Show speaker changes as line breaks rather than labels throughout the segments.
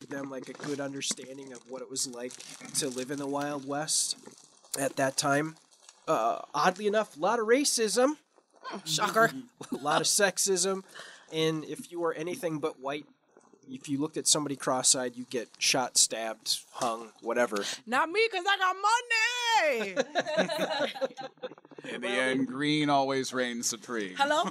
gave them like a good understanding of what it was like to live in the Wild West at that time. Uh, oddly enough, a lot of racism,
Shocker.
a lot of sexism, and if you were anything but white, if you looked at somebody cross-eyed, you get shot, stabbed, hung, whatever.
Not me, because I got money.
In the end, green always reigns supreme.
Hello?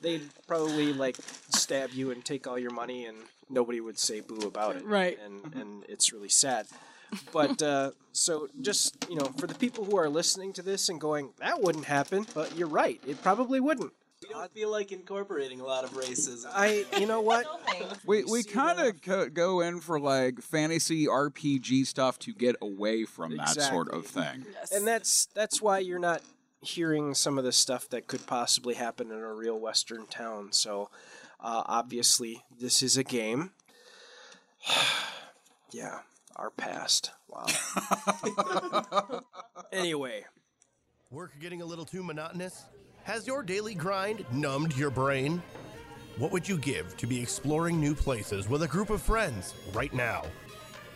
They'd probably like stab you and take all your money, and nobody would say boo about it.
Right.
And and it's really sad. But uh, so just you know, for the people who are listening to this and going, that wouldn't happen. But you're right, it probably wouldn't.
We don't feel like incorporating a lot of racism.
I, you know what?
We we kind of co- go in for like fantasy RPG stuff to get away from that sort of thing.
and that's that's why you're not hearing some of the stuff that could possibly happen in a real western town so uh, obviously this is a game yeah our past wow anyway
Work getting a little too monotonous? Has your daily grind numbed your brain? What would you give to be exploring new places with a group of friends right now?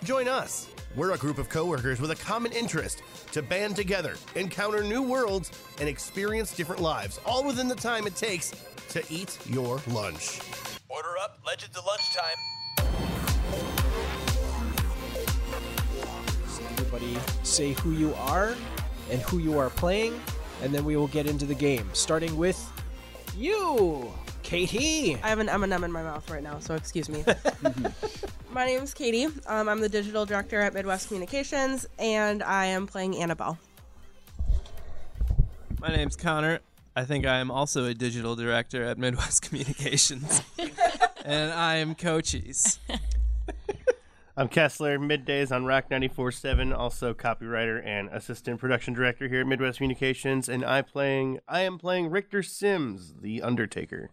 Join us. We're a group of coworkers with a common interest to band together, encounter new worlds, and experience different lives, all within the time it takes to eat your lunch.
Order up, Legends of Lunchtime.
everybody say who you are and who you are playing and then we will get into the game starting with
you.
katie
I have an M&M in my mouth right now, so excuse me. my name is Katie. Um, I'm the digital director at Midwest Communications, and I am playing Annabelle.
My name's Connor. I think I am also a digital director at Midwest Communications. and I am Cochise.
I'm Kessler, middays on Rock 94.7, also copywriter and assistant production director here at Midwest Communications, and I playing I am playing Richter Sims, the Undertaker.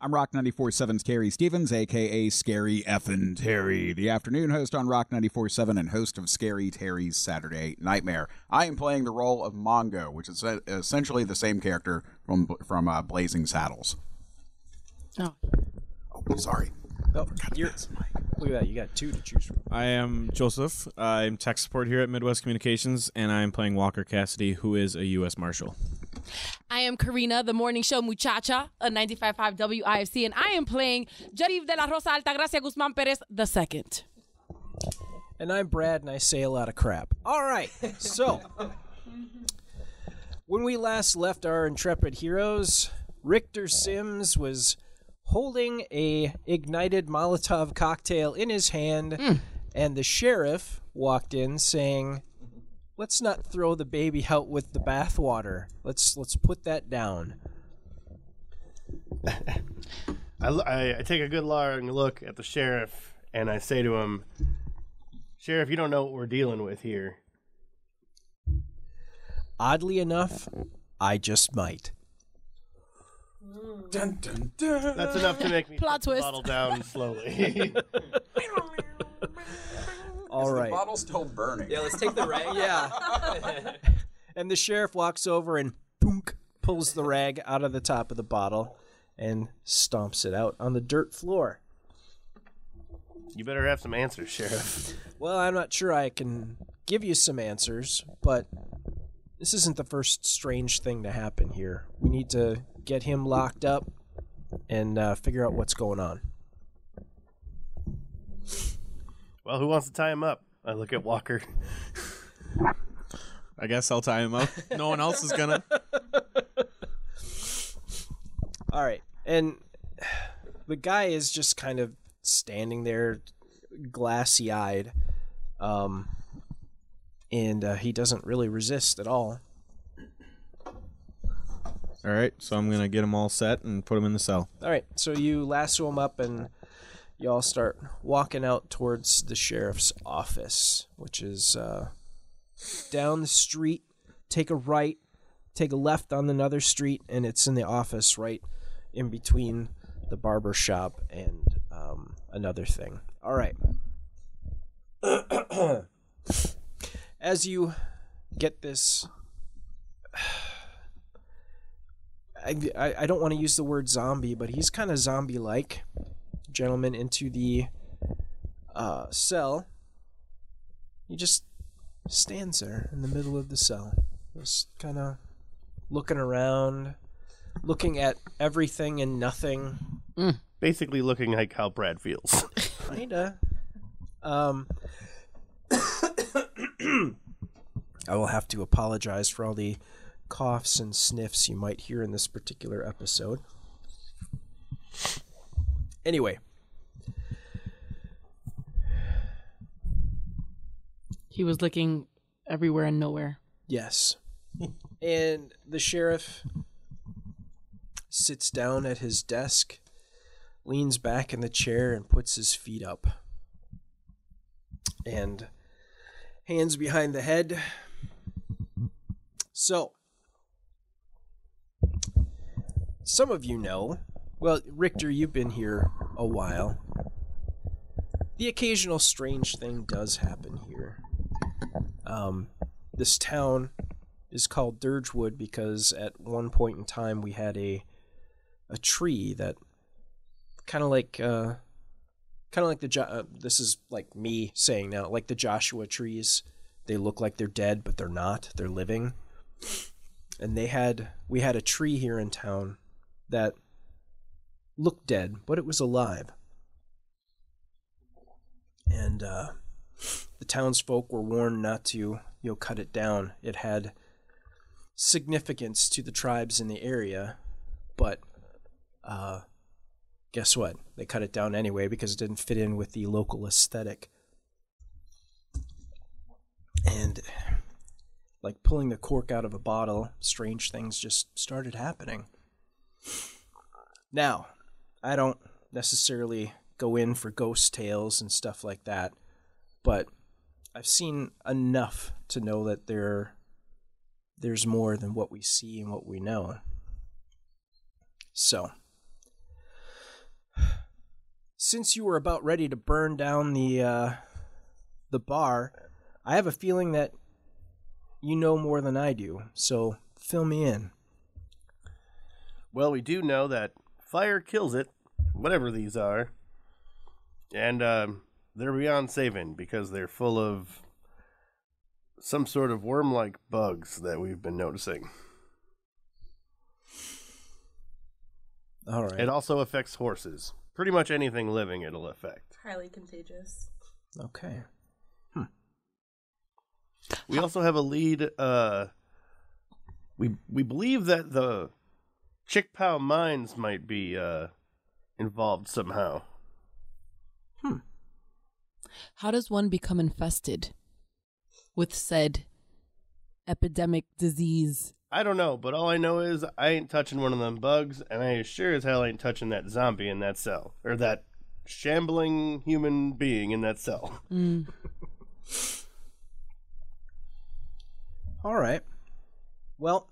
I'm Rock 94.7's Terry Stevens, aka Scary Effin' Terry, the afternoon host on Rock 94.7 and host of Scary Terry's Saturday Nightmare. I am playing the role of Mongo, which is uh, essentially the same character from from uh, Blazing Saddles.
Oh.
Oh, sorry.
oh, you're, look at that you got two to choose from
I am Joseph. I'm tech support here at Midwest Communications, and I'm playing Walker Cassidy, who is a U.S. Marshal.
I am Karina, the morning show muchacha of 95.5 WIFC, and I am playing Jarif de la Rosa Altagracia Guzman Perez the second.
And I'm Brad, and I say a lot of crap. All right, so when we last left our intrepid heroes, Richter Sims was holding a ignited Molotov cocktail in his hand, and the sheriff walked in saying, "Let's not throw the baby out with the bathwater. Let's let's put that down."
I, l- I- I take a good long look at the sheriff and I say to him, Sheriff, you don't know what we're dealing with here.
Oddly enough, I just might.
That's enough to make me
Plot
put the
twist.
bottle down slowly.
All right.
Bottle's still burning.
yeah, let's take the rag.
Yeah. and the sheriff walks over and boonk, pulls the rag out of the top of the bottle and stomps it out on the dirt floor.
you better have some answers, Sheriff.
Well, I'm not sure I can give you some answers, but this isn't the first strange thing to happen here. We need to get him locked up and uh, figure out what's going on.
Well, who wants to tie him up? I look at Walker.
I guess I'll tie him up. No one else is gonna.
All right. And the guy is just kind of standing there, glassy eyed. Um, and uh, he doesn't really resist at all.
All right, so I'm gonna get them all set and put them in the cell.
All right. So you lasso him up and y'all start walking out towards the sheriff's office, which is uh, down the street. Take a right, take a left on another street, and it's in the office right in between the barber shop and um, another thing. All right. As you get this. I, I I don't want to use the word zombie, but he's kind of zombie like. Gentleman into the uh, cell, he just stands there in the middle of the cell, just kind of looking around, looking at everything and nothing.
Mm. Basically, looking like how Brad feels.
Kinda. Um, I will have to apologize for all the coughs and sniffs you might hear in this particular episode. Anyway,
He was looking everywhere and nowhere.
yes. and the sheriff sits down at his desk, leans back in the chair, and puts his feet up. And hands behind the head. So, some of you know, well, Richter, you've been here a while. The occasional strange thing does happen here. Um, this town is called Dirgewood because at one point in time we had a a tree that kind of like uh, kind of like the jo- uh, this is like me saying now like the joshua trees they look like they're dead but they're not they're living and they had we had a tree here in town that looked dead but it was alive and uh, the townsfolk were warned not to you know cut it down it had significance to the tribes in the area but uh, guess what? They cut it down anyway because it didn't fit in with the local aesthetic. And like pulling the cork out of a bottle, strange things just started happening. Now, I don't necessarily go in for ghost tales and stuff like that, but I've seen enough to know that there there's more than what we see and what we know. So, since you were about ready to burn down the uh, the bar, I have a feeling that you know more than I do. So fill me in.
Well, we do know that fire kills it, whatever these are. And um, they're beyond saving because they're full of some sort of worm like bugs that we've been noticing.
All right.
It also affects horses. Pretty much anything living, it'll affect.
Highly contagious.
Okay.
We also have a lead. Uh, we we believe that the Chickpow mines might be uh, involved somehow.
How does one become infested with said epidemic disease?
I don't know, but all I know is I ain't touching one of them bugs, and I sure as hell ain't touching that zombie in that cell, or that shambling human being in that cell.
All right. Well,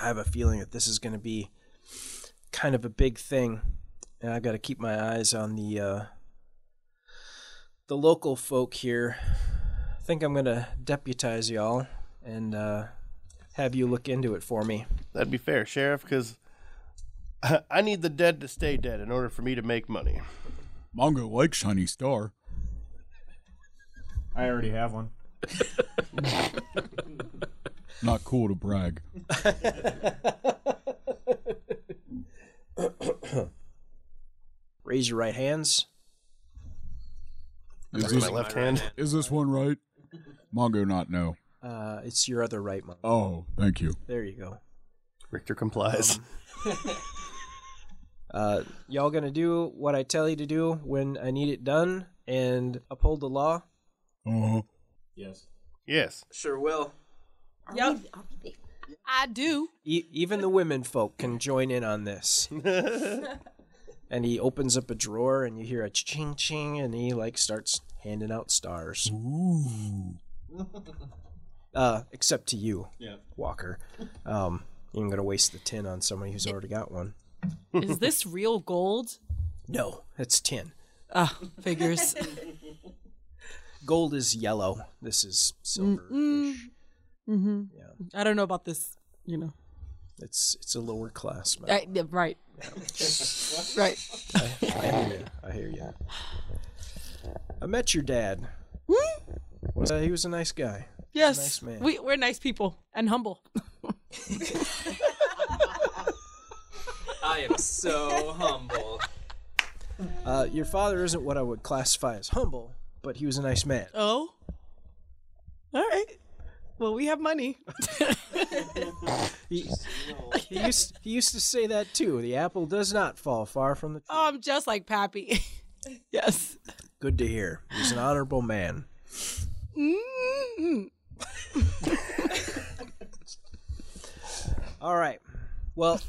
I have a feeling that this is going to be kind of a big thing, and I've got to keep my eyes on the uh, the local folk here. I think I'm going to deputize y'all and uh, have you look into it for me.
That'd be fair, Sheriff, because I need the dead to stay dead in order for me to make money.
Mongo likes Shiny Star.
I already have one.
Not cool to brag.
Raise your right hands.
Is
Raising my left hand.
Is this one right? Mongo not no.
Uh, it's your other right mom.
Oh, thank you.
There you go.
Richter complies.
Uh, y'all gonna do what I tell you to do when I need it done and uphold the law?
Uh-huh.
Yes.
yes.
Sure will.
Yep.
I do.
E- even the women folk can join in on this. and he opens up a drawer, and you hear a ching ching, and he like starts handing out stars. Uh, except to you,
Yeah.
Walker. Um, you ain't gonna waste the tin on somebody who's already got one.
Is this real gold?
No, it's tin.
Ah, figures.
Gold is yellow. This is silver.
I don't know about this, you know.
It's it's a lower class. metal.
I, yeah, right. right.
I hear you. I here yet. I met your dad. Was- uh, he was a nice guy.
Yes,
Nice man.
We, we're nice people and humble.
I am so humble.
Uh, your father isn't what I would classify as humble, but he was a nice man.
Oh. All right. Well, we have money.
He, he used he used to say that too. The apple does not fall far from the.
Oh, I'm just like Pappy. yes.
Good to hear. He's an honorable man.
Mm-mm.
All right. Well,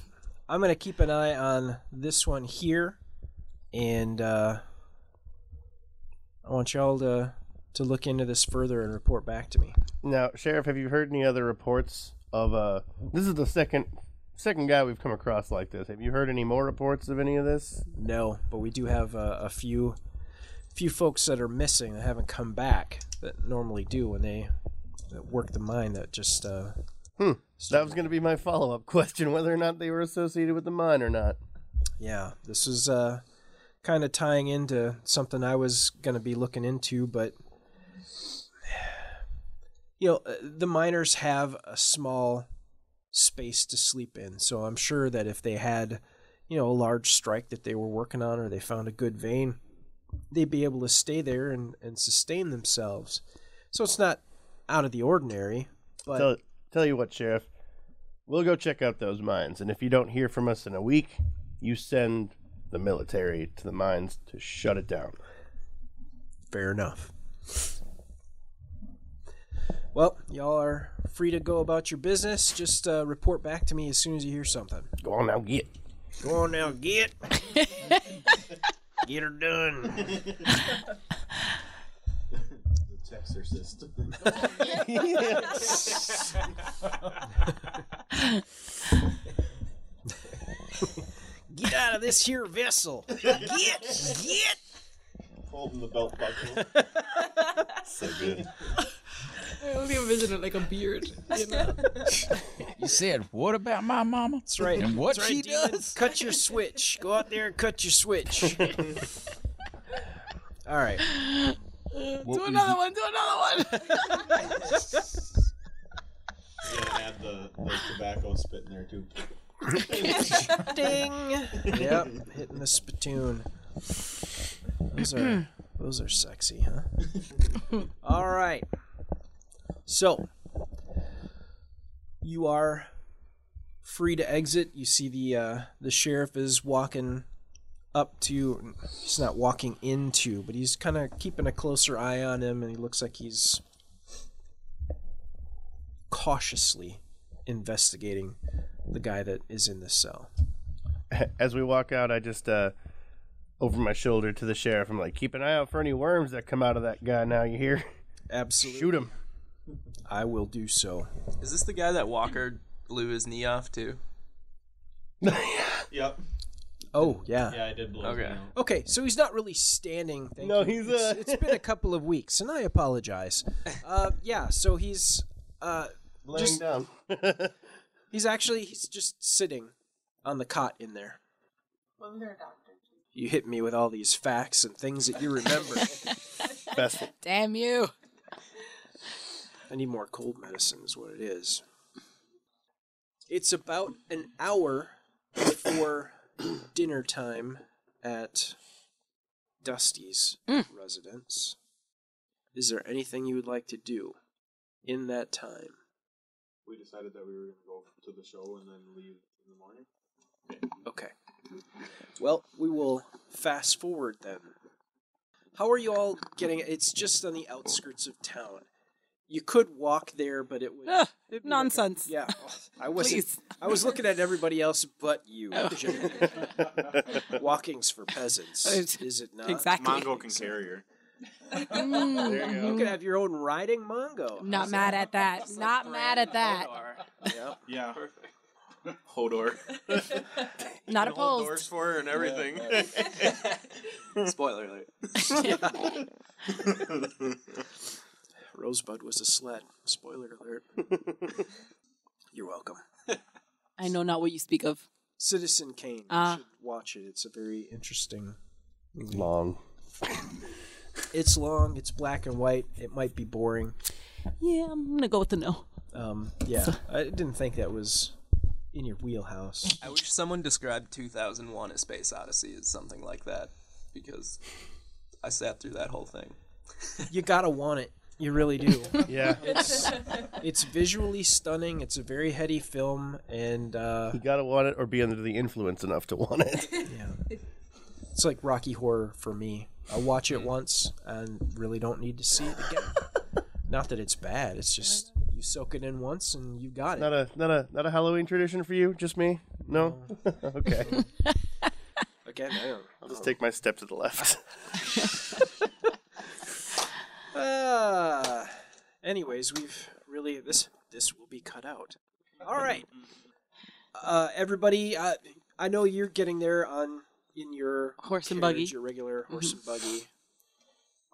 I'm going to keep an eye on this one here, and uh, I want y'all to to look into this further and report back to me.
Now, Sheriff, have you heard any other reports of uh this is the second second guy we've come across like this. Have you heard any more reports of any of this?
No, but we do have uh, a few few folks that are missing that haven't come back that normally do when they that work the mine that just uh,
Hmm. That was going to be my follow-up question whether or not they were associated with the mine or not.
yeah this is uh, kind of tying into something i was going to be looking into but you know uh, the miners have a small space to sleep in so i'm sure that if they had you know a large strike that they were working on or they found a good vein they'd be able to stay there and, and sustain themselves so it's not out of the ordinary but
tell, tell you what, Sheriff, we'll go check out those mines, and if you don't hear from us in a week, you send the military to the mines to shut it down.
Fair enough. Well, y'all are free to go about your business. Just uh, report back to me as soon as you hear something.
Go on now, get.
Go on now, get.
Get her done.
The Texorcist.
Get out of this here vessel. Get, get.
Holding the belt buckle. so good.
I'll be envisioning it like a beard. You know?
You said, "What about my mama?"
That's right.
And what
That's right,
she
demon.
does?
Cut your switch. Go out there and cut your switch. All right.
do another one. Do another one.
You gotta add the, the tobacco spit in there too.
Ding. Yep, hitting the spittoon. Those are those are sexy, huh? All right. So you are free to exit. You see the uh, the sheriff is walking up to. He's not walking into, but he's kind of keeping a closer eye on him, and he looks like he's cautiously investigating the guy that is in this cell.
As we walk out, I just uh over my shoulder to the sheriff. I'm like, keep an eye out for any worms that come out of that guy. Now you hear?
Absolutely.
Shoot him.
I will do so.
Is this the guy that Walker blew his knee off to?
Yep.
Oh yeah.
Yeah, I did blow
Okay.
it.
Okay, so he's not really standing. Thank
No,
you.
he's,
It's-
uh,
it's been a couple of weeks, and I apologize. Uh, yeah, so he's uh,
Laying
just-
down.
he's actually he's just sitting on the cot in there. You hit me with all these facts and things that you remember.
Best.
Damn you.
I need more cold medicine, is what it is. It's about an hour before dinner time at Dusty's residence. Is there anything you would like to do in that time?
We decided that we were gonna go to the show and then leave in the morning.
Okay. Well, we will fast forward then. How are you all getting? It's just on the outskirts of town. You could walk there, but it would
Ah. nonsense.
yeah. I wasn't.
Please.
I was looking at everybody else but you.
Oh.
Jimmy. Walking's for peasants,
It's-
is it not?
exactly.
Mongo can carry her.
Mm.
You could have your own riding Mongo.
Not mad at that. Not mad at that.
Yeah.
Yeah. Hodor.
Not
Hold doors
opposed.
for her and everything.
Spoiler alert.
Rosebud was a sled. Spoiler alert. You're welcome.
I know not what you speak of.
Citizen Kane. You
Ah.
should watch it. It's a very interesting
Long.
It's long. It's black and white. It might be boring.
Yeah, I'm gonna go with the no.
Um, yeah, I didn't think that was in your wheelhouse.
I wish someone described 2001: A Space Odyssey as something like that, because I sat through that whole thing.
You gotta want it. You really do.
Yeah.
It's, it's visually stunning. It's a very heady film, and uh,
You gotta want it or be under the influence enough to want it.
it's like Rocky Horror for me. I watch
Mm.
it once and really don't need to see it again. Not that it's bad. It's just you soak it in once and you got it.
Not a Uh, not a not a Halloween tradition for you, just me? No? okay.
Again, I don't.
I'll just take my step to the left.
Uh, anyways, we've really this this will be cut out. All right, uh, everybody. Uh, I know you're getting there on in your
Horse and
carriage,
buggy.
your regular horse
Mhm.
and buggy.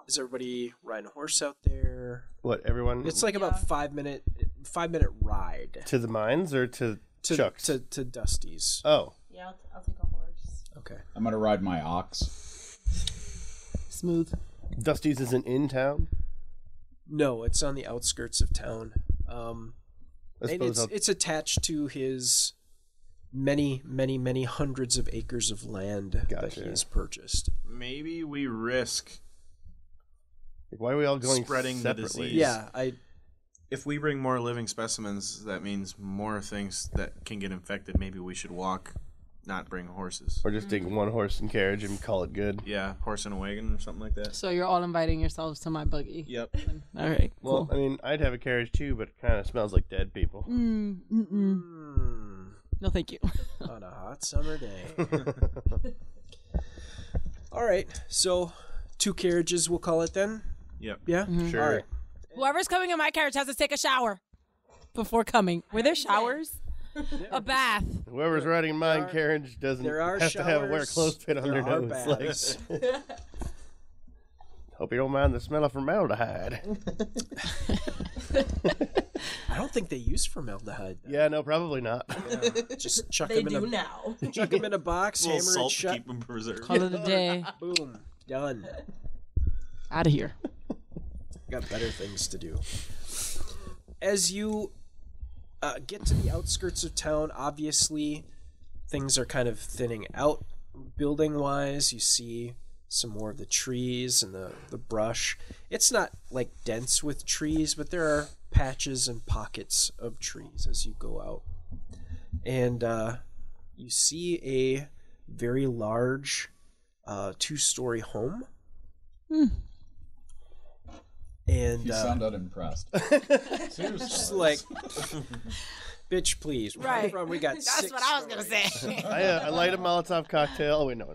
Is everybody riding a horse out there?
what, everyone
It's like about five minute five minute ride
to the mines or to,
to
Chuck's?
to, to Dusty's.
Oh.
Yeah, I'll, I'll take a horse.
Okay.
I'm gonna ride my ox.
Smooth.
Dusty's isn't in town.
No, it's on the outskirts of town. Um,
I
and
suppose
it's
I'll-
it's attached to his many, many, many hundreds of acres of land that he has purchased.
Maybe we risk
why are we all going
spreading the
separately?
disease.
Yeah, I.
If we bring more living specimens, that means more things that can get infected. Maybe we should walk, not bring horses.
Or just take one horse and carriage and call it good.
Yeah, horse and a wagon or something like that.
So you're all inviting yourselves to my buggy.
Yep.
All right.
Well, I mean, I'd have a carriage too, but it kind of smells like dead people.
Mm, mm-mm. No, thank you.
on a hot summer day. All right, so two carriages, we'll call it then.
Yep.
Yeah.
Sure.
All right.
Whoever's coming in my carriage has to take a shower before coming. Were there showers? a bath.
Whoever's riding in mine carriage doesn't
there are
have to have wear a
showers,
clothespin on
there
their
are
nose. Like, hope you don't mind the smell of formaldehyde.
I don't think they use formaldehyde.
yeah, no, probably not.
Just chuck
They
them in
do
a,
now.
Chuck them in a box,
Little
hammer
salt
it
to
shut.
keep 'em preserved.
Call it a day.
Boom, done.
Out of here.
Got better things to do. As you uh, get to the outskirts of town, obviously things are kind of thinning out building wise. You see some more of the trees and the, the brush. It's not like dense with trees, but there are patches and pockets of trees as you go out. And uh, you see a very large uh, two story home. And
You
uh,
sound unimpressed.
just like, bitch, please. Where
Right.
From, we got
That's
six
what I was gonna
stories.
say.
I, uh, I light a Molotov cocktail. Oh wait, no,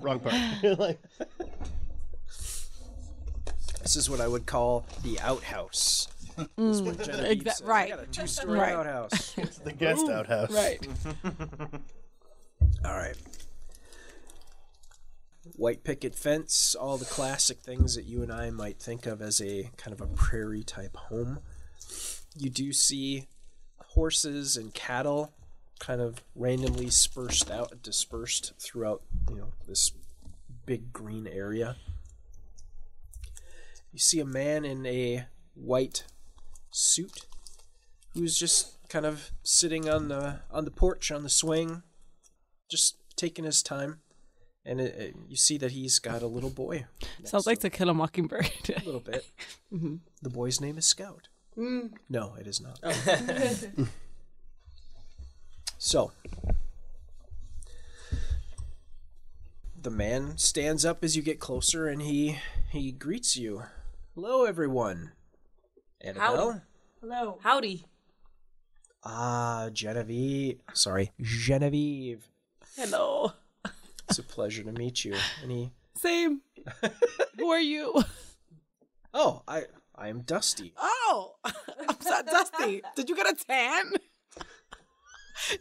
wrong part. like,
This is what I would call the outhouse. This is what Genevieve
Mm. Exa-
says. I
right.
got a two-story
Right.
outhouse.
It's the
guest
Boom.
outhouse. Right.
all right. White picket fence, all the classic things that you and I might think of as a kind of a prairie type home. You do see horses and cattle kind of randomly dispersed out dispersed throughout, you know, this big green area. You see a man in a white suit who's just kind of sitting on the on the porch on the swing, just taking his time. And it, it- you see that he's got a little boy.
Sounds like To Kill a Mockingbird. a
little bit.
hmm
The boy's name is Scout. No, it is not. so, the man stands up as you get closer, and he he greets you. Hello, everyone. Annabelle.
Hello. Howdy.
Ah, Genevieve. Sorry, Genevieve.
Hello.
It's a pleasure to meet you. And he,
Same. Who are you?
oh, I I am Dusty.
Oh, I'm so dusty. Did you get a tan?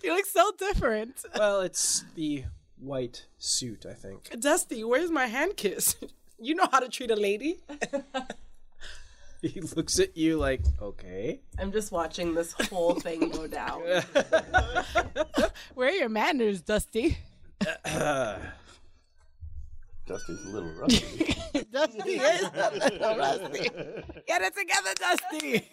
You look so different.
Well, it's the white suit, I think.
Dusty, where's my hand kiss? You know how to treat a lady.
He looks at you like, okay.
I'm just watching this whole thing go down.
Where are your manners, Dusty?
Dusty's a little rusty.
Dusty is a little rusty. Get it together, Dusty.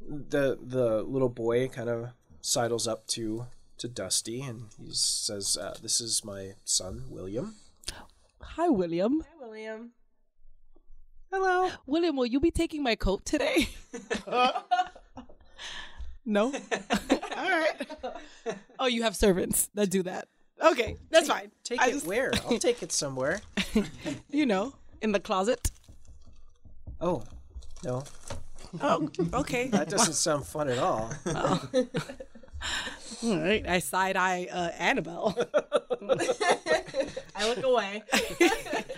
the the little boy kind of sidles up to to Dusty and he says, uh, "This is my son, William."
Hi, William.
Hi, William.
Hello. William, will you be taking my coat today? no? All right. Oh, you have servants that do that. Okay, that's fine.
Take it where? I'll take it somewhere.
You know, in the closet.
Oh, no,
Oh, okay.
that doesn't sound fun at all.
All right. I side eye uh, Annabelle.
I look away.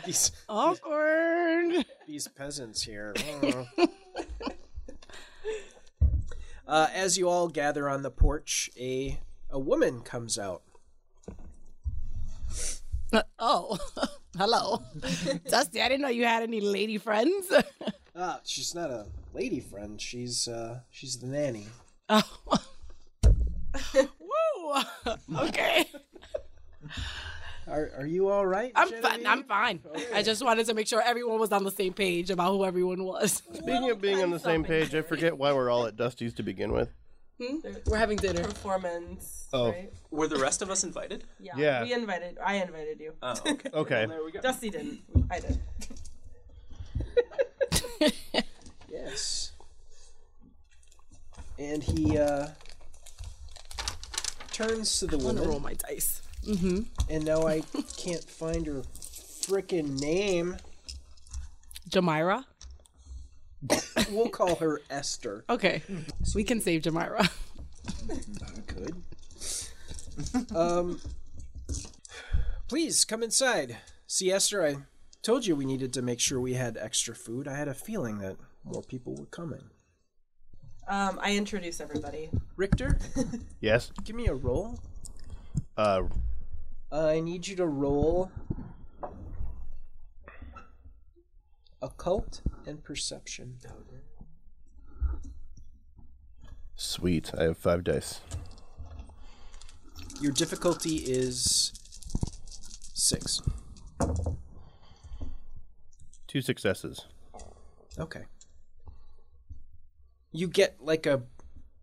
These
awkward.
these peasants here. mm. uh, as you all gather on the porch, a a woman comes out.
oh, hello. Dusty, I didn't know you had any lady friends.
Ah, she's not a lady friend. She's uh, she's the nanny.
Woo! Okay.
Are Are you all right?
I'm
fine. I'm fine.
I just wanted to make sure everyone was on the same page about who everyone was.
Speaking of being on the same page, I forget why we're all at Dusty's to begin with.
Hmm? We're having dinner.
Performance.
Oh.
Right?
Were the rest of us invited?
Yeah.
Yeah.
We invited. I invited you.
Oh, okay.
Okay.
There we go.
Dusty didn't. I did.
Yes. And he uh, turns to the
I'm gonna
woman.
roll my dice. Mm-hmm.
And now I can't find her frickin' name.
Jamira.
We'll call her Esther.
Okay. We can save Jamira.
Good. Um, please come inside. See, Esther, I told you we needed to make sure we had extra food. I had a feeling that more people were coming.
Um, I introduce everybody.
Richter,
Yes.
give me a roll.
Uh,
Uh, I need you to roll occult and perception.
Oh,
sweet. I have five dice.
Your difficulty is six.
Two successes.
Okay. You get like a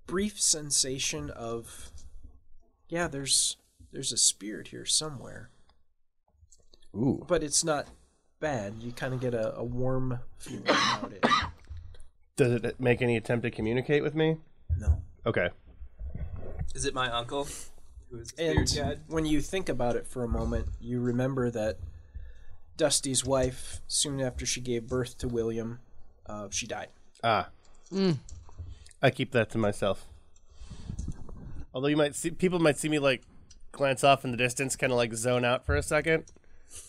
brief sensation of yeah, there's there's a spirit here somewhere.
Ooh.
But it's not bad. You kind of get a, a warm feeling about it.
Does it make any attempt to communicate with me?
No.
Okay.
Is it my uncle? Who is the spirit
And
guide?
when you think about it for a moment, you remember that Dusty's wife, soon after she gave birth to William, uh, she died.
Ah.
Mm.
I keep that to myself. Although you might see people might see me like glance off in the distance, kind of like zone out for a second,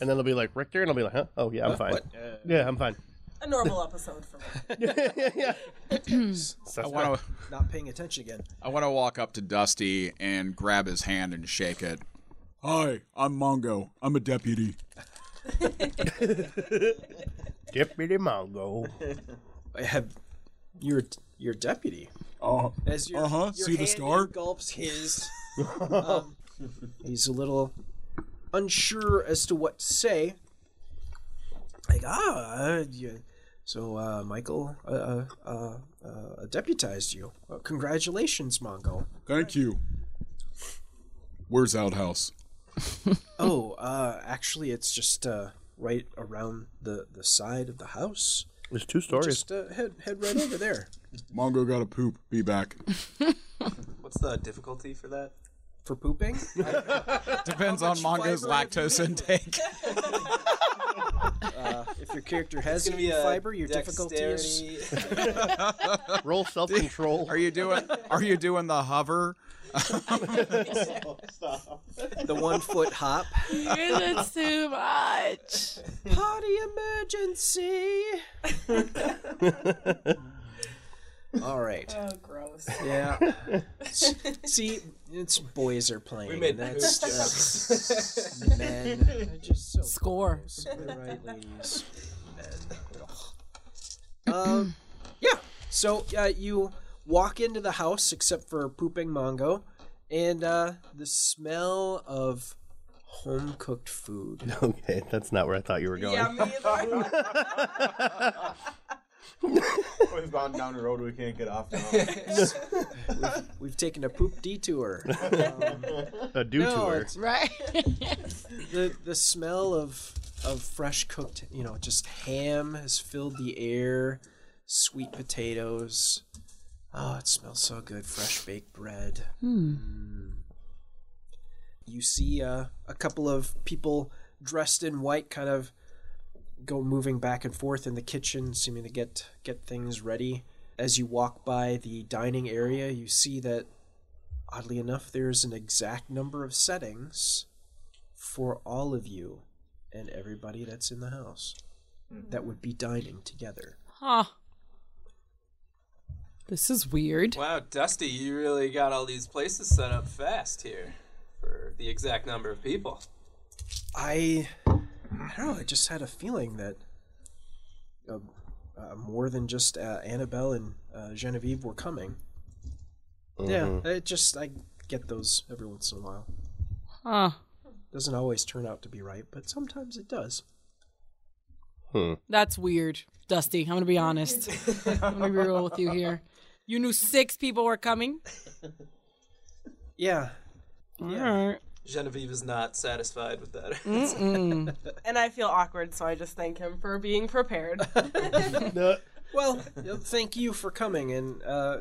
and then they'll be like Richter, and I'll be like, huh? Oh yeah, I'm
Huh?
fine.
What? Uh,
yeah, I'm fine.
A normal episode for me.
yeah.
I wanna-
Not paying attention again.
I want to walk up to Dusty and grab his hand and shake it. Hi, I'm Mongo. I'm a deputy.
Deputy Mongo.
I have your your deputy.
Oh,
As your,
uh-huh,
your
see the
hand
star?
engulfs his. Um, he's a little unsure as to what to say. Like ah, uh, yeah. so uh, Michael uh, uh, uh, deputized you. Uh, congratulations, Mongo.
Thank you. Where's Outhouse?
oh, uh, actually, it's just uh, right around the the side of the house.
There's two stories.
Just uh, head head right over there.
Mongo got to poop. Be back.
What's the difficulty for that?
For pooping?
Depends on Mongo's lactose intake.
Uh, if your character has
It's gonna be a
fiber, your difficulty is
Roll self control.
Are you doing? Are you doing the hover?
the one foot hop.
It's too much.
Party emergency. All right.
Oh, gross.
Yeah. S- See, it's boys are playing.
We made
that's
poop
just
jokes.
men. They're just so
Score.
gross. Am I right, ladies? Men. Ugh. um, yeah. So uh, you walk into the house, except for pooping Mongo, and uh, the smell of home cooked food.
Okay, that's not where I thought you were going.
We've Oh, gone down a road we can't get off now.
we've, we've taken a poop detour.
A do tour.
it's- the the smell of of fresh cooked, you know, just ham has filled the air. Sweet potatoes. Oh, it smells so good. Fresh baked bread. Mm.
Hmm.
You see uh, a couple of people dressed in white, kind of go moving back and forth in the kitchen, seeming to get get things ready. As you walk by the dining area, you see that oddly enough, there's an exact number of settings for all of you and everybody that's in the house that would be dining together.
Huh. This is weird.
Wow, Dusty, you really got all these places set up fast here for the exact number of people.
I, I don't know. I just had a feeling that uh, uh, more than just uh, Annabelle and uh, Genevieve were coming.
Mhm.
Yeah, it just I get those every once in a while.
Huh.
Doesn't always turn out to be right, but sometimes it does.
That's weird, Dusty. I'm gonna be honest. I'm gonna be real with you here. You knew six people were coming.
Yeah.
All right.
Genevieve is not satisfied with that.
Mm.
and I feel awkward, so I just thank him for being prepared.
well, uh, thank you for coming. And uh,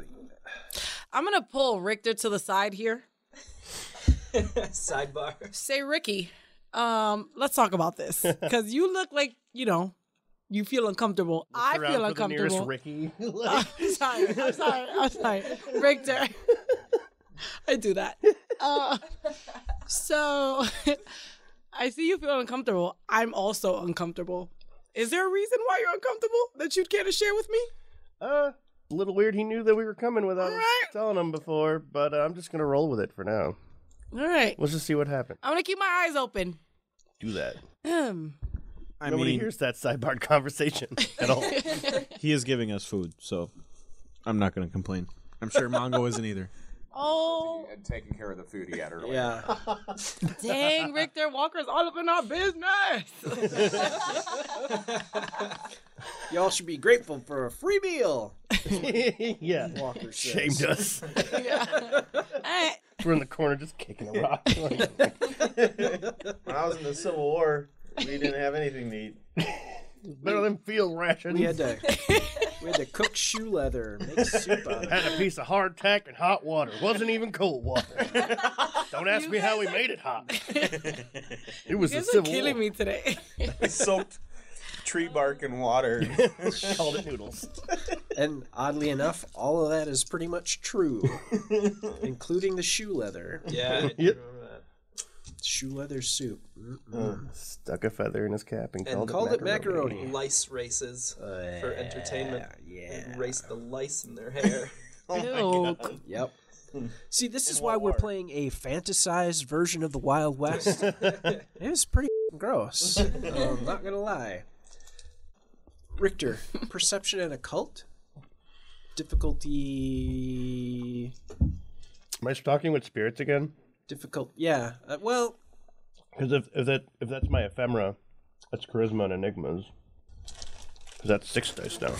I'm gonna pull Richter to the side here.
Sidebar.
Say, Ricky, um, let's talk about this because you look like you know you feel uncomfortable. I
Around
feel
for the nearest
uncomfortable.
Ricky.
I'm sorry. I'm sorry. I'm sorry. Richter. I do that. Uh, so I see you feel uncomfortable. I'm also uncomfortable. Is there a reason why you're uncomfortable that you'd care to share with me?
Uh, a little weird he knew that we were coming without us telling him before, but uh, I'm just going to roll with it for now.
All right.
Let's just see what happens.
I'm going to keep my eyes open.
Do that.
Um,
I
Nobody
mean-
hears that sidebar conversation at all.
He is giving us food, so I'm not going to complain. I'm sure Mongo isn't either.
oh.
And taking care of the food he had earlier.
Yeah.
Dang, Richter Walker's all up in our business.
y'all should be grateful for a free meal.
yeah.
Walker says.
Shamed us. We're in the corner just kicking a rock.
When I was in the Civil War, we didn't have anything to eat.
Better than field rations.
We had to, we had to cook shoe leather, make soup out of it.
Had a piece of hardtack and hot water. Wasn't even cold water. Don't ask me how we made it hot. it was
You
the
guys are
Civil
killing
War.
me today.
Soaked tree bark in water.
Called it noodles.
And oddly enough, all of that is pretty much true, including the shoe leather.
Yeah. I do
Yep.
remember that.
Shoe leather soup. Mm-mm.
Uh, stuck a feather in his cap and,
And
called it macaroni. Oh,
Lice races for entertainment.
Yeah.
Race the lice in their hair.
Oh
Yep. See, this is why we're playing a fantasized version of the Wild West. it was pretty gross. I'm not gonna lie. Richter, perception and occult. Difficulty.
Am I talking with spirits again?
Difficult. Yeah. Uh, well,
Because if, if that if that's my ephemera, that's charisma and enigmas. 'Cause that's six dice now.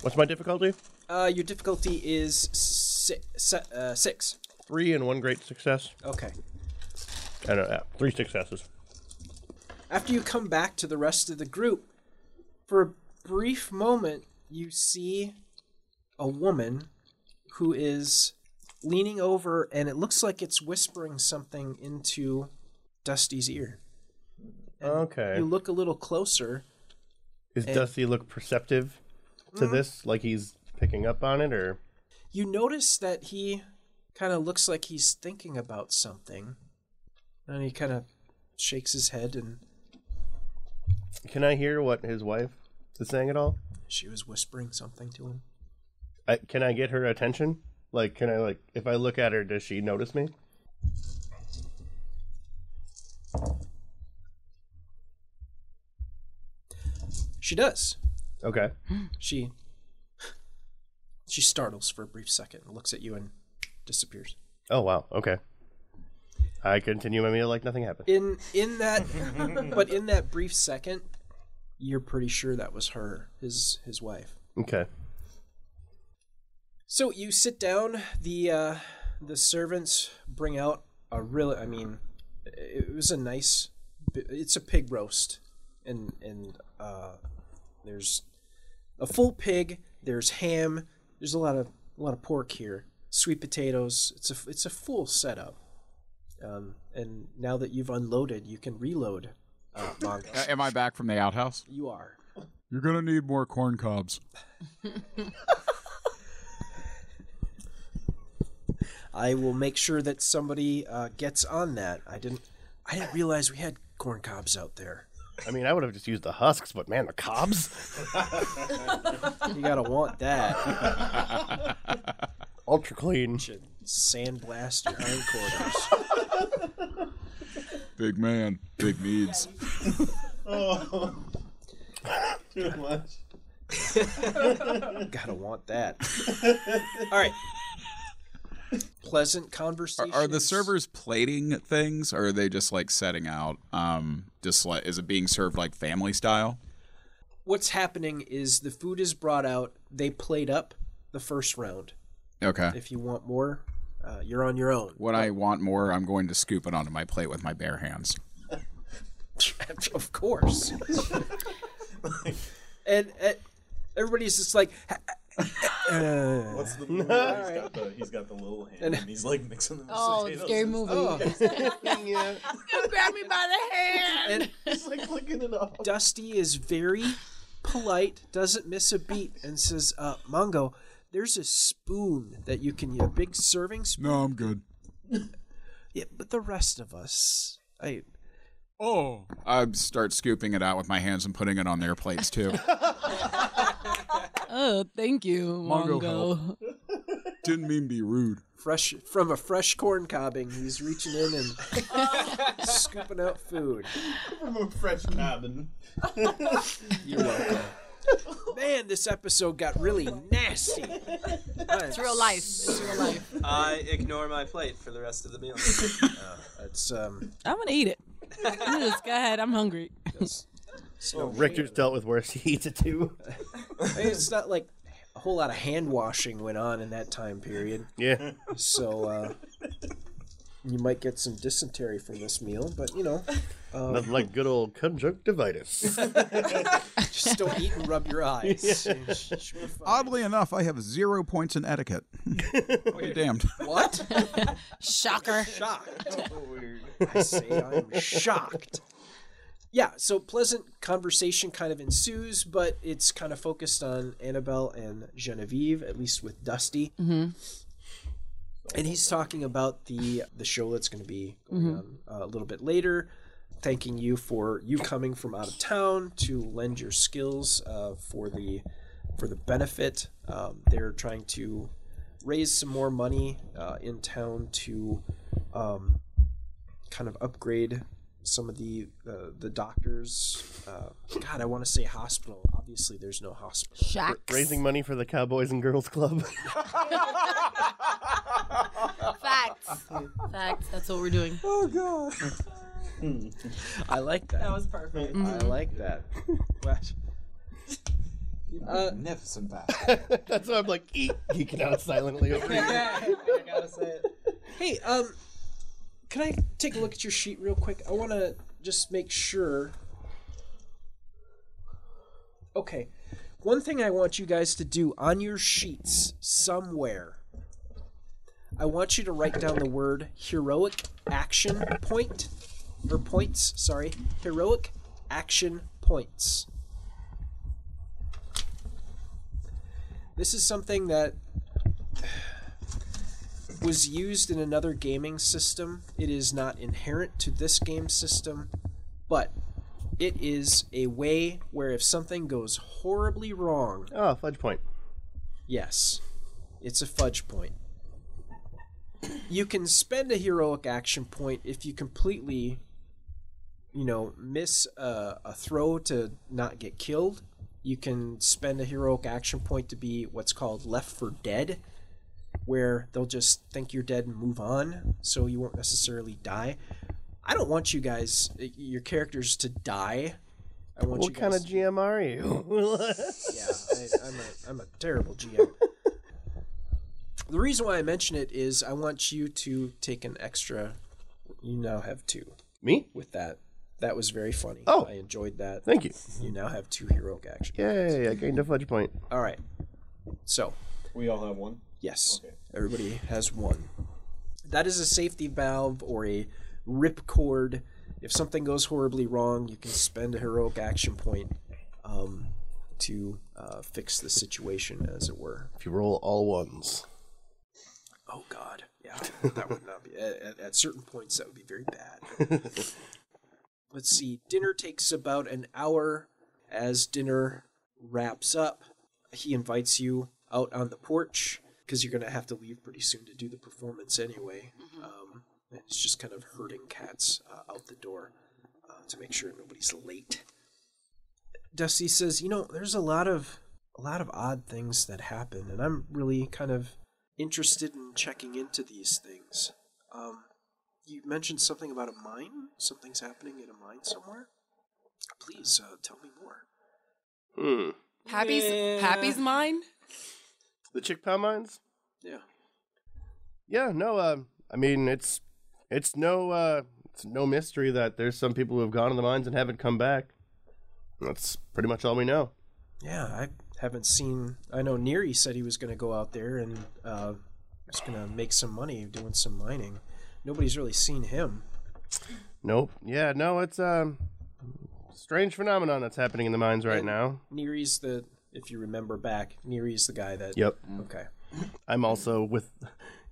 What's my difficulty?
uh, your difficulty is si- si- uh, six.
Three and one great success.
Okay.
And uh, three successes.
After you come back to the rest of the group, for a brief moment, you see a woman who is leaning over and it looks like it's whispering something into Dusty's ear.
Okay.
You look a little closer.
Is
and-
Dusty look perceptive to this? Like he's picking up on it, or
You notice that he kind of looks like he's thinking about something. And he kind of shakes his head and
can I hear what his wife is saying at all?
she was whispering something to him.
I, can I get her attention? Like, can I like if I look at her, does she notice me?
She does.
Okay.
She she startles for a brief second, looks at you and disappears.
Oh wow. Okay. I continue my meal like nothing happened.
In in that, but in that brief second, you're pretty sure that was her, his his wife.
Okay.
So you sit down. The uh, the servants bring out a really. I mean, it was a nice. It's a pig roast, and and uh, there's a full pig. There's ham. There's a lot of a lot of pork here. Sweet potatoes. It's a it's a full setup. Um, and now that you've unloaded, you can reload. Uh, Mongo.
A- Am I back from the outhouse?
You are.
You're gonna need more corn cobs.
I will make sure that somebody uh, gets on that. I didn't. I didn't realize we had corn cobs out there.
I mean, I would have just used the husks, but man, the cobs.
you gotta want that.
Ultra clean.
Should sandblast your hindquarters.
Big man, big needs.
Oh, too much.
gotta want that. All right. Pleasant conversation.
Are the servers plating things, or are they just like setting out? Um, just like is it being served like family style?
What's happening is the food is brought out. They plate up the first round.
Okay.
If you want more, uh, you're on your own.
When I want more, I'm going to scoop it onto my plate with my bare hands.
of course. and, and everybody's just like, uh,
What's the movie? where He's got the he's got the little hand and, he's like mixing them.
Oh, scary movie.
yeah.
Grab me by the hand.
and
He's like looking it up.
Dusty is very polite, doesn't miss a beat, and says, uh, "Mongo, there's a spoon that you can use, a big serving spoon."
No, I'm good.
Yeah, but the rest of us, I
Oh. I start scooping it out with my hands and putting it on their plates too.
Oh, thank you,
Mongo
Mongo.
help. Didn't mean to be rude.
fresh from a fresh corn cobbing, he's reaching in and scooping out food.
From a fresh cabin.
You're welcome. Man, this episode got really nasty. It's
real life. It's real life.
I ignore my plate for the rest of the meal.
It's um.
I'm gonna eat it. I'm just- go ahead. I'm hungry.
Oh, Richter's dealt with worse. He eats it too.
I mean, it's not like a whole lot of hand washing went on in that time period.
Yeah.
So uh, you might get some dysentery from this meal, but you know, um,
Nothing like good old conjunctivitis.
just don't eat and rub your eyes.
Oddly enough, I have zero points in etiquette. Be damned.
What?
Shocker.
Shocked. I say I'm shocked. Yeah, so pleasant conversation kind of ensues, but it's kind of focused on Annabelle and Genevieve, at least with Dusty. and he's talking about the the show that's going to be going
Mhm.
on uh, a little bit later thanking you for you coming from out of town to lend your skills uh, for the for the benefit um, they're trying to raise some more money uh, in town to um, kind of upgrade some of the uh, the doctors uh, god i want to say hospital obviously there's no hospital
Shock.
Raising money for the Cowboys and Girls Club.
Facts. Facts. That's what we're doing.
Oh god. I like that. That was perfect. I like that. What? Uh,
Magnificent bat.
That's why I'm like, eat, geeking out silently over here.
I gotta say it.
hey, um, can I take a look at your sheet real quick? I want to just make sure. Okay, one thing I want you guys to do on your sheets somewhere. I want you to write down the word heroic action point or points. Sorry, heroic action points. This is something that was used in another gaming system. It is not inherent to this game system, but it is a way where if something goes horribly wrong,
Oh, fudge point.
yes, it's a fudge point. You can spend a heroic action point if you completely, you know, miss a, a throw to not get killed. You can spend a heroic action point to be what's called left for dead, where they'll just think you're dead and move on, so you won't necessarily die. I don't want you guys, your characters, to die. I want
What
you guys
kind of GM are you?
yeah, I, I'm, a, I'm a terrible GM. The reason why I mention it is I want you to take an extra. You now have two.
Me?
With that. That was very funny.
Oh.
I enjoyed that.
Thank you.
You now have two heroic actions.
Yay! I gained a fudge point.
All right. So.
We all have one?
Yes. Everybody has one. That is a safety valve or a ripcord. If something goes horribly wrong, you can spend a heroic action point um, to uh, fix the situation, as it were.
If you roll all ones.
Oh God, yeah, that would not be. At, at, at certain points, that would be very bad. Let's see. Dinner takes about an hour. As dinner wraps up, he invites you out on the porch because you're gonna have to leave pretty soon to do the performance anyway. Um, and it's just kind of herding cats uh, out the door uh, to make sure nobody's late. Dusty says, "You know, there's a lot of a lot of odd things that happen, and I'm really kind of interested in checking into these things. Um, you mentioned something about a mine. Something's happening in a mine somewhere. Please uh, tell me more.
Hmm.
Pappy's Pappy's mine.
The Chickpea mines?
Yeah.
Yeah, no, uh, I mean it's it's no uh it's no mystery that there's some people who have gone to the mines and haven't come back. That's pretty much all we know.
Yeah, I haven't seen. I know Neri said he was going to go out there and uh, was going to make some money doing some mining. Nobody's really seen him.
Nope. Yeah, no, it's um strange phenomenon that's happening in the mines right now.
Neri's the, if you remember back, Neri's the guy that.
Yep.
Okay.
I'm also with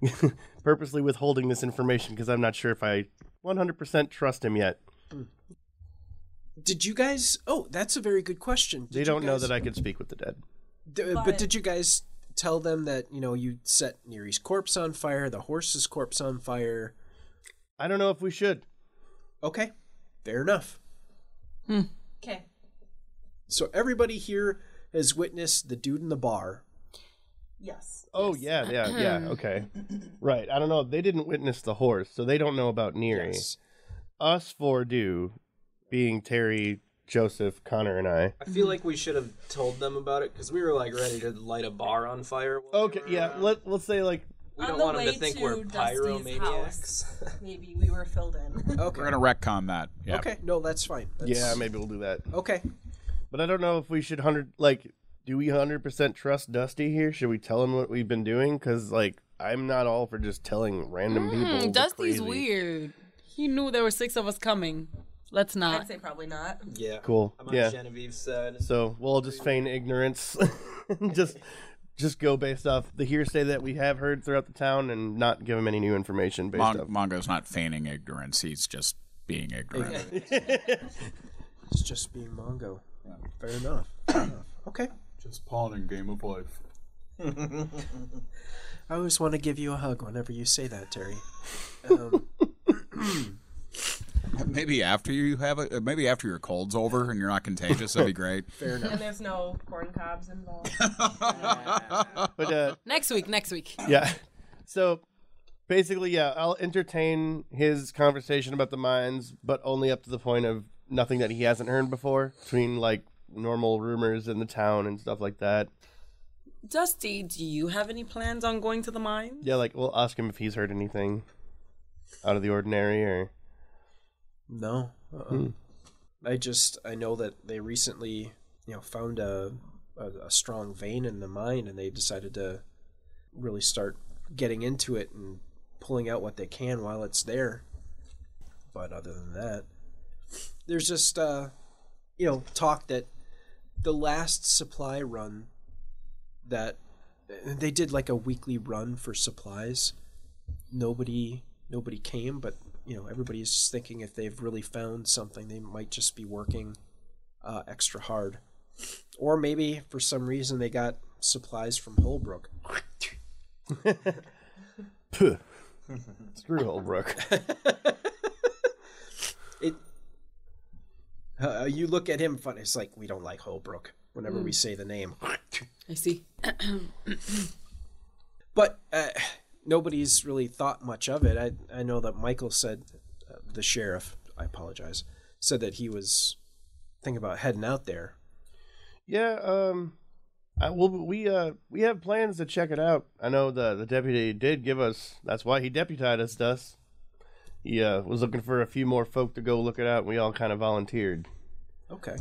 purposely withholding this information because I'm not sure if I 100% trust him yet.
Did you guys? Oh, that's a very good question. Did
they
you
don't know
guys-
that I can speak with the dead.
D- uh, but, did you guys tell them that you know you set Neri's corpse on fire, the horse's corpse on fire?
I don't know if we should.
Okay, fair enough.
Okay.
So everybody here has witnessed the dude in the bar.
Yes.
Oh yeah, yeah, yeah. Okay, right. I don't know. They didn't witness the horse, so they don't know about Neri. Us four do, being Terry, Joseph, Connor, and I.
I feel like we should have told them about it because we were like ready to light a bar on fire. Okay,
yeah. Let let's say like
we
On
don't
the
want them
way
to think we're
Dusty's
pyromaniacs.
house, Maybe we were filled in.
Okay.
We're gonna retcon that. Yeah.
Okay, no, that's fine. That's-
Yeah, maybe we'll do that.
Okay.
But I don't know if we should hundred like. Do we hundred percent trust Dusty here? Should we tell him what we've been doing? Because like I'm not all for just telling random people.
Mm,
we're
Dusty's
crazy.
weird. He knew there were six of us coming. Let's not.
I'd say probably not.
Yeah.
Cool.
I'm on
yeah.
Genevieve's side.
So we'll just feign ignorance, and just just go based off the hearsay that we have heard throughout the town, and not give him any new information based
Mon-
off.
Mongo's not feigning ignorance; he's just being ignorant.
it's just being Mongo. Fair enough. Okay.
Just pawn in Game of Life.
I always want to give you a hug whenever you say that, Terry. Um,
maybe after you have it, uh, maybe after your cold's over and you're not contagious, that'd be great.
Fair
And there's no corn cobs involved.
But uh,
Next week. Next week.
yeah. So basically, yeah, I'll entertain his conversation about the mines, but only up to the point of nothing that he hasn't heard before, between like normal rumors in the town and stuff like that.
Dusty, do you have any plans on going to the mine?
Yeah, like we'll ask him if he's heard anything out of the ordinary or
no. Uh-uh.
Hmm.
I just I know that they recently you know found a, a a strong vein in the mine, and they decided to really start getting into it and pulling out what they can while it's there. But other than that, there's just uh, you know talk that the last supply run that they did like a weekly run for supplies. Nobody nobody came, but you know everybody's just thinking if they've really found something, they might just be working uh, extra hard, or maybe for some reason they got supplies from Holbrook.
Puh. Screw Holbrook.
it. Uh, you look at him funny. It's like we don't
Mm.
like Holbrook whenever we
Mm.
say the name.
I see.
but uh, nobody's really thought much of it. I I know that Michael said, uh, the sheriff, I apologize, said that he was thinking about heading out there.
Yeah, um, I, well, we uh, we have plans to check it out. I know the the deputy did give us. That's why he deputized us. He uh, was looking for a few more folk to go look it out, and we all kind of volunteered.
Okay.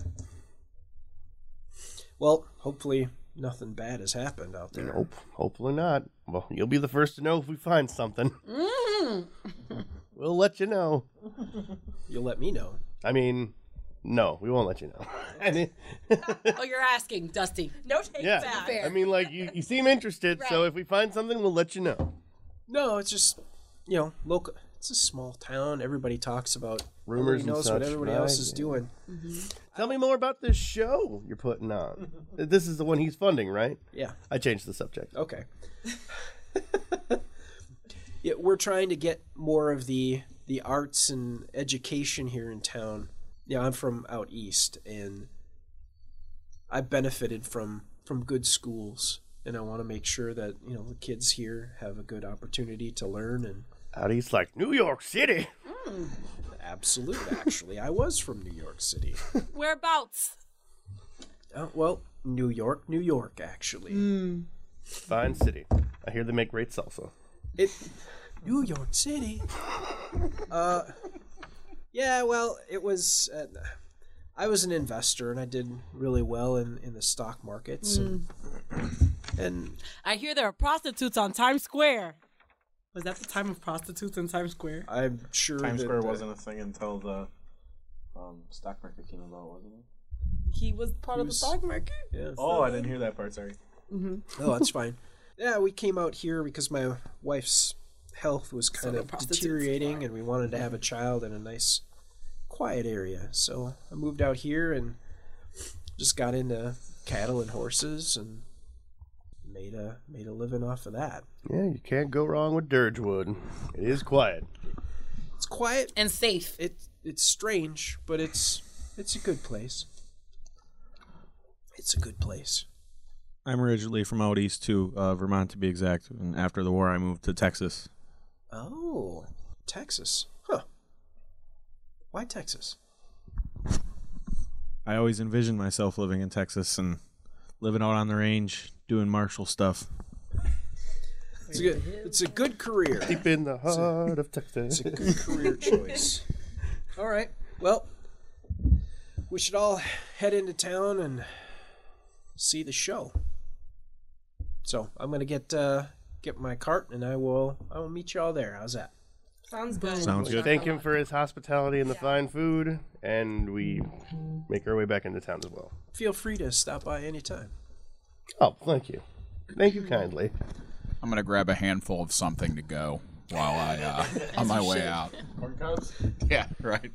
Well, hopefully nothing bad has happened out there.
Nope. Hopefully not. Well, you'll be the first to know if we find something.
Mm.
We'll let you know.
You'll let me know.
I mean, no, we won't let you know. I mean,
oh, you're asking, Dusty.
No take
yeah. I mean, like you, you seem interested, so if we find something, we'll let you know.
No, it's just you know local. It's a small town. Everybody talks about everybody
Rumors and
knows
such,
what everybody
right?
else is
Yeah.
doing.
Tell me more about this show you're putting on. this is the one he's funding, right?
Yeah.
I changed the subject.
Okay. Yeah, we're trying to get more of the the arts and education here in town. Yeah, I'm from out east, and I benefited from from good schools, and I want to make sure that you know the kids here have a good opportunity to learn. And
Out east, like New York City.
absolute, actually, I was from New York City.
Whereabouts?
Uh, well, New York, New York, actually.
Fine city. I hear they make great salsa.
It New York City. Uh, yeah. Well, it was. Uh, I was an investor, and I did really well in in the stock markets, and, Mm. and
I hear there are prostitutes on Times Square. Was that the time of prostitutes in Times Square?
I'm sure
Times
that
Square
the-
wasn't a thing until the um, stock market came about, wasn't it?
He was part
of the stock market? oh, I didn't hear that part. Sorry.
Mhm. Oh, that's fine. Yeah, we came out here because my wife's health was kind of deteriorating, and we wanted to have a child in a nice, quiet area. So I moved out here and just got into cattle and horses and made a made a living off of that.
Yeah, you can't go wrong with Dirgewood. It is quiet.
It's quiet
and safe.
It it's strange, but it's it's a good place. It's a good place.
I'm originally from out east to uh, Vermont, to be exact. And after the war, I moved to Texas.
Oh, Texas, huh? Why Texas?
I always envisioned myself living in Texas and living out on the range, doing martial stuff.
It's a good. It's a good career.
Deep in the heart of
It's
Texas.
a good career choice. All right. Well, we should all head into town and see the show. So I'm gonna get uh, get my cart, and I will I will meet you all there. How's that?
Sounds good.
Sounds
We
good.
Thank him for his hospitality and the fine food, and we make our way back into town as well.
Feel free to stop by anytime.
Oh, thank you. Thank you kindly.
I'm gonna grab a handful of something to go while I uh, on my way out.
Corn cobs.
Yeah, right.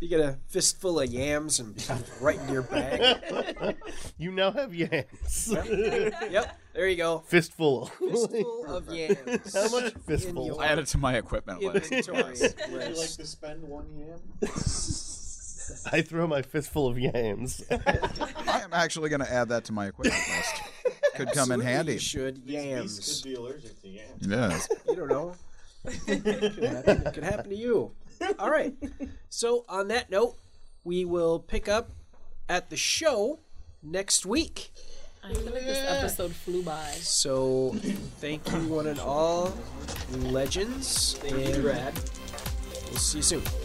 You get a fistful of yams and right in your bag.
you now have yams.
yep. There you go.
Fistful.
Fistful of yams.
How much fistful?
your
I add it to my equipment list.
inventory
Would you like
list.
to spend one yam?
I throw my fistful of yams.
I am actually gonna add that to my equipment list. Could come in
Absolutely
handy.
You should
These
yams.
beasts could be allergic to yams.
Yes.
You don't know. could happen, it could happen to you. All right. So on that note, we will pick up at the show next week.
I feel like this episode flew by.
So thank you one and all, legends. and
Rad.
We'll see you soon.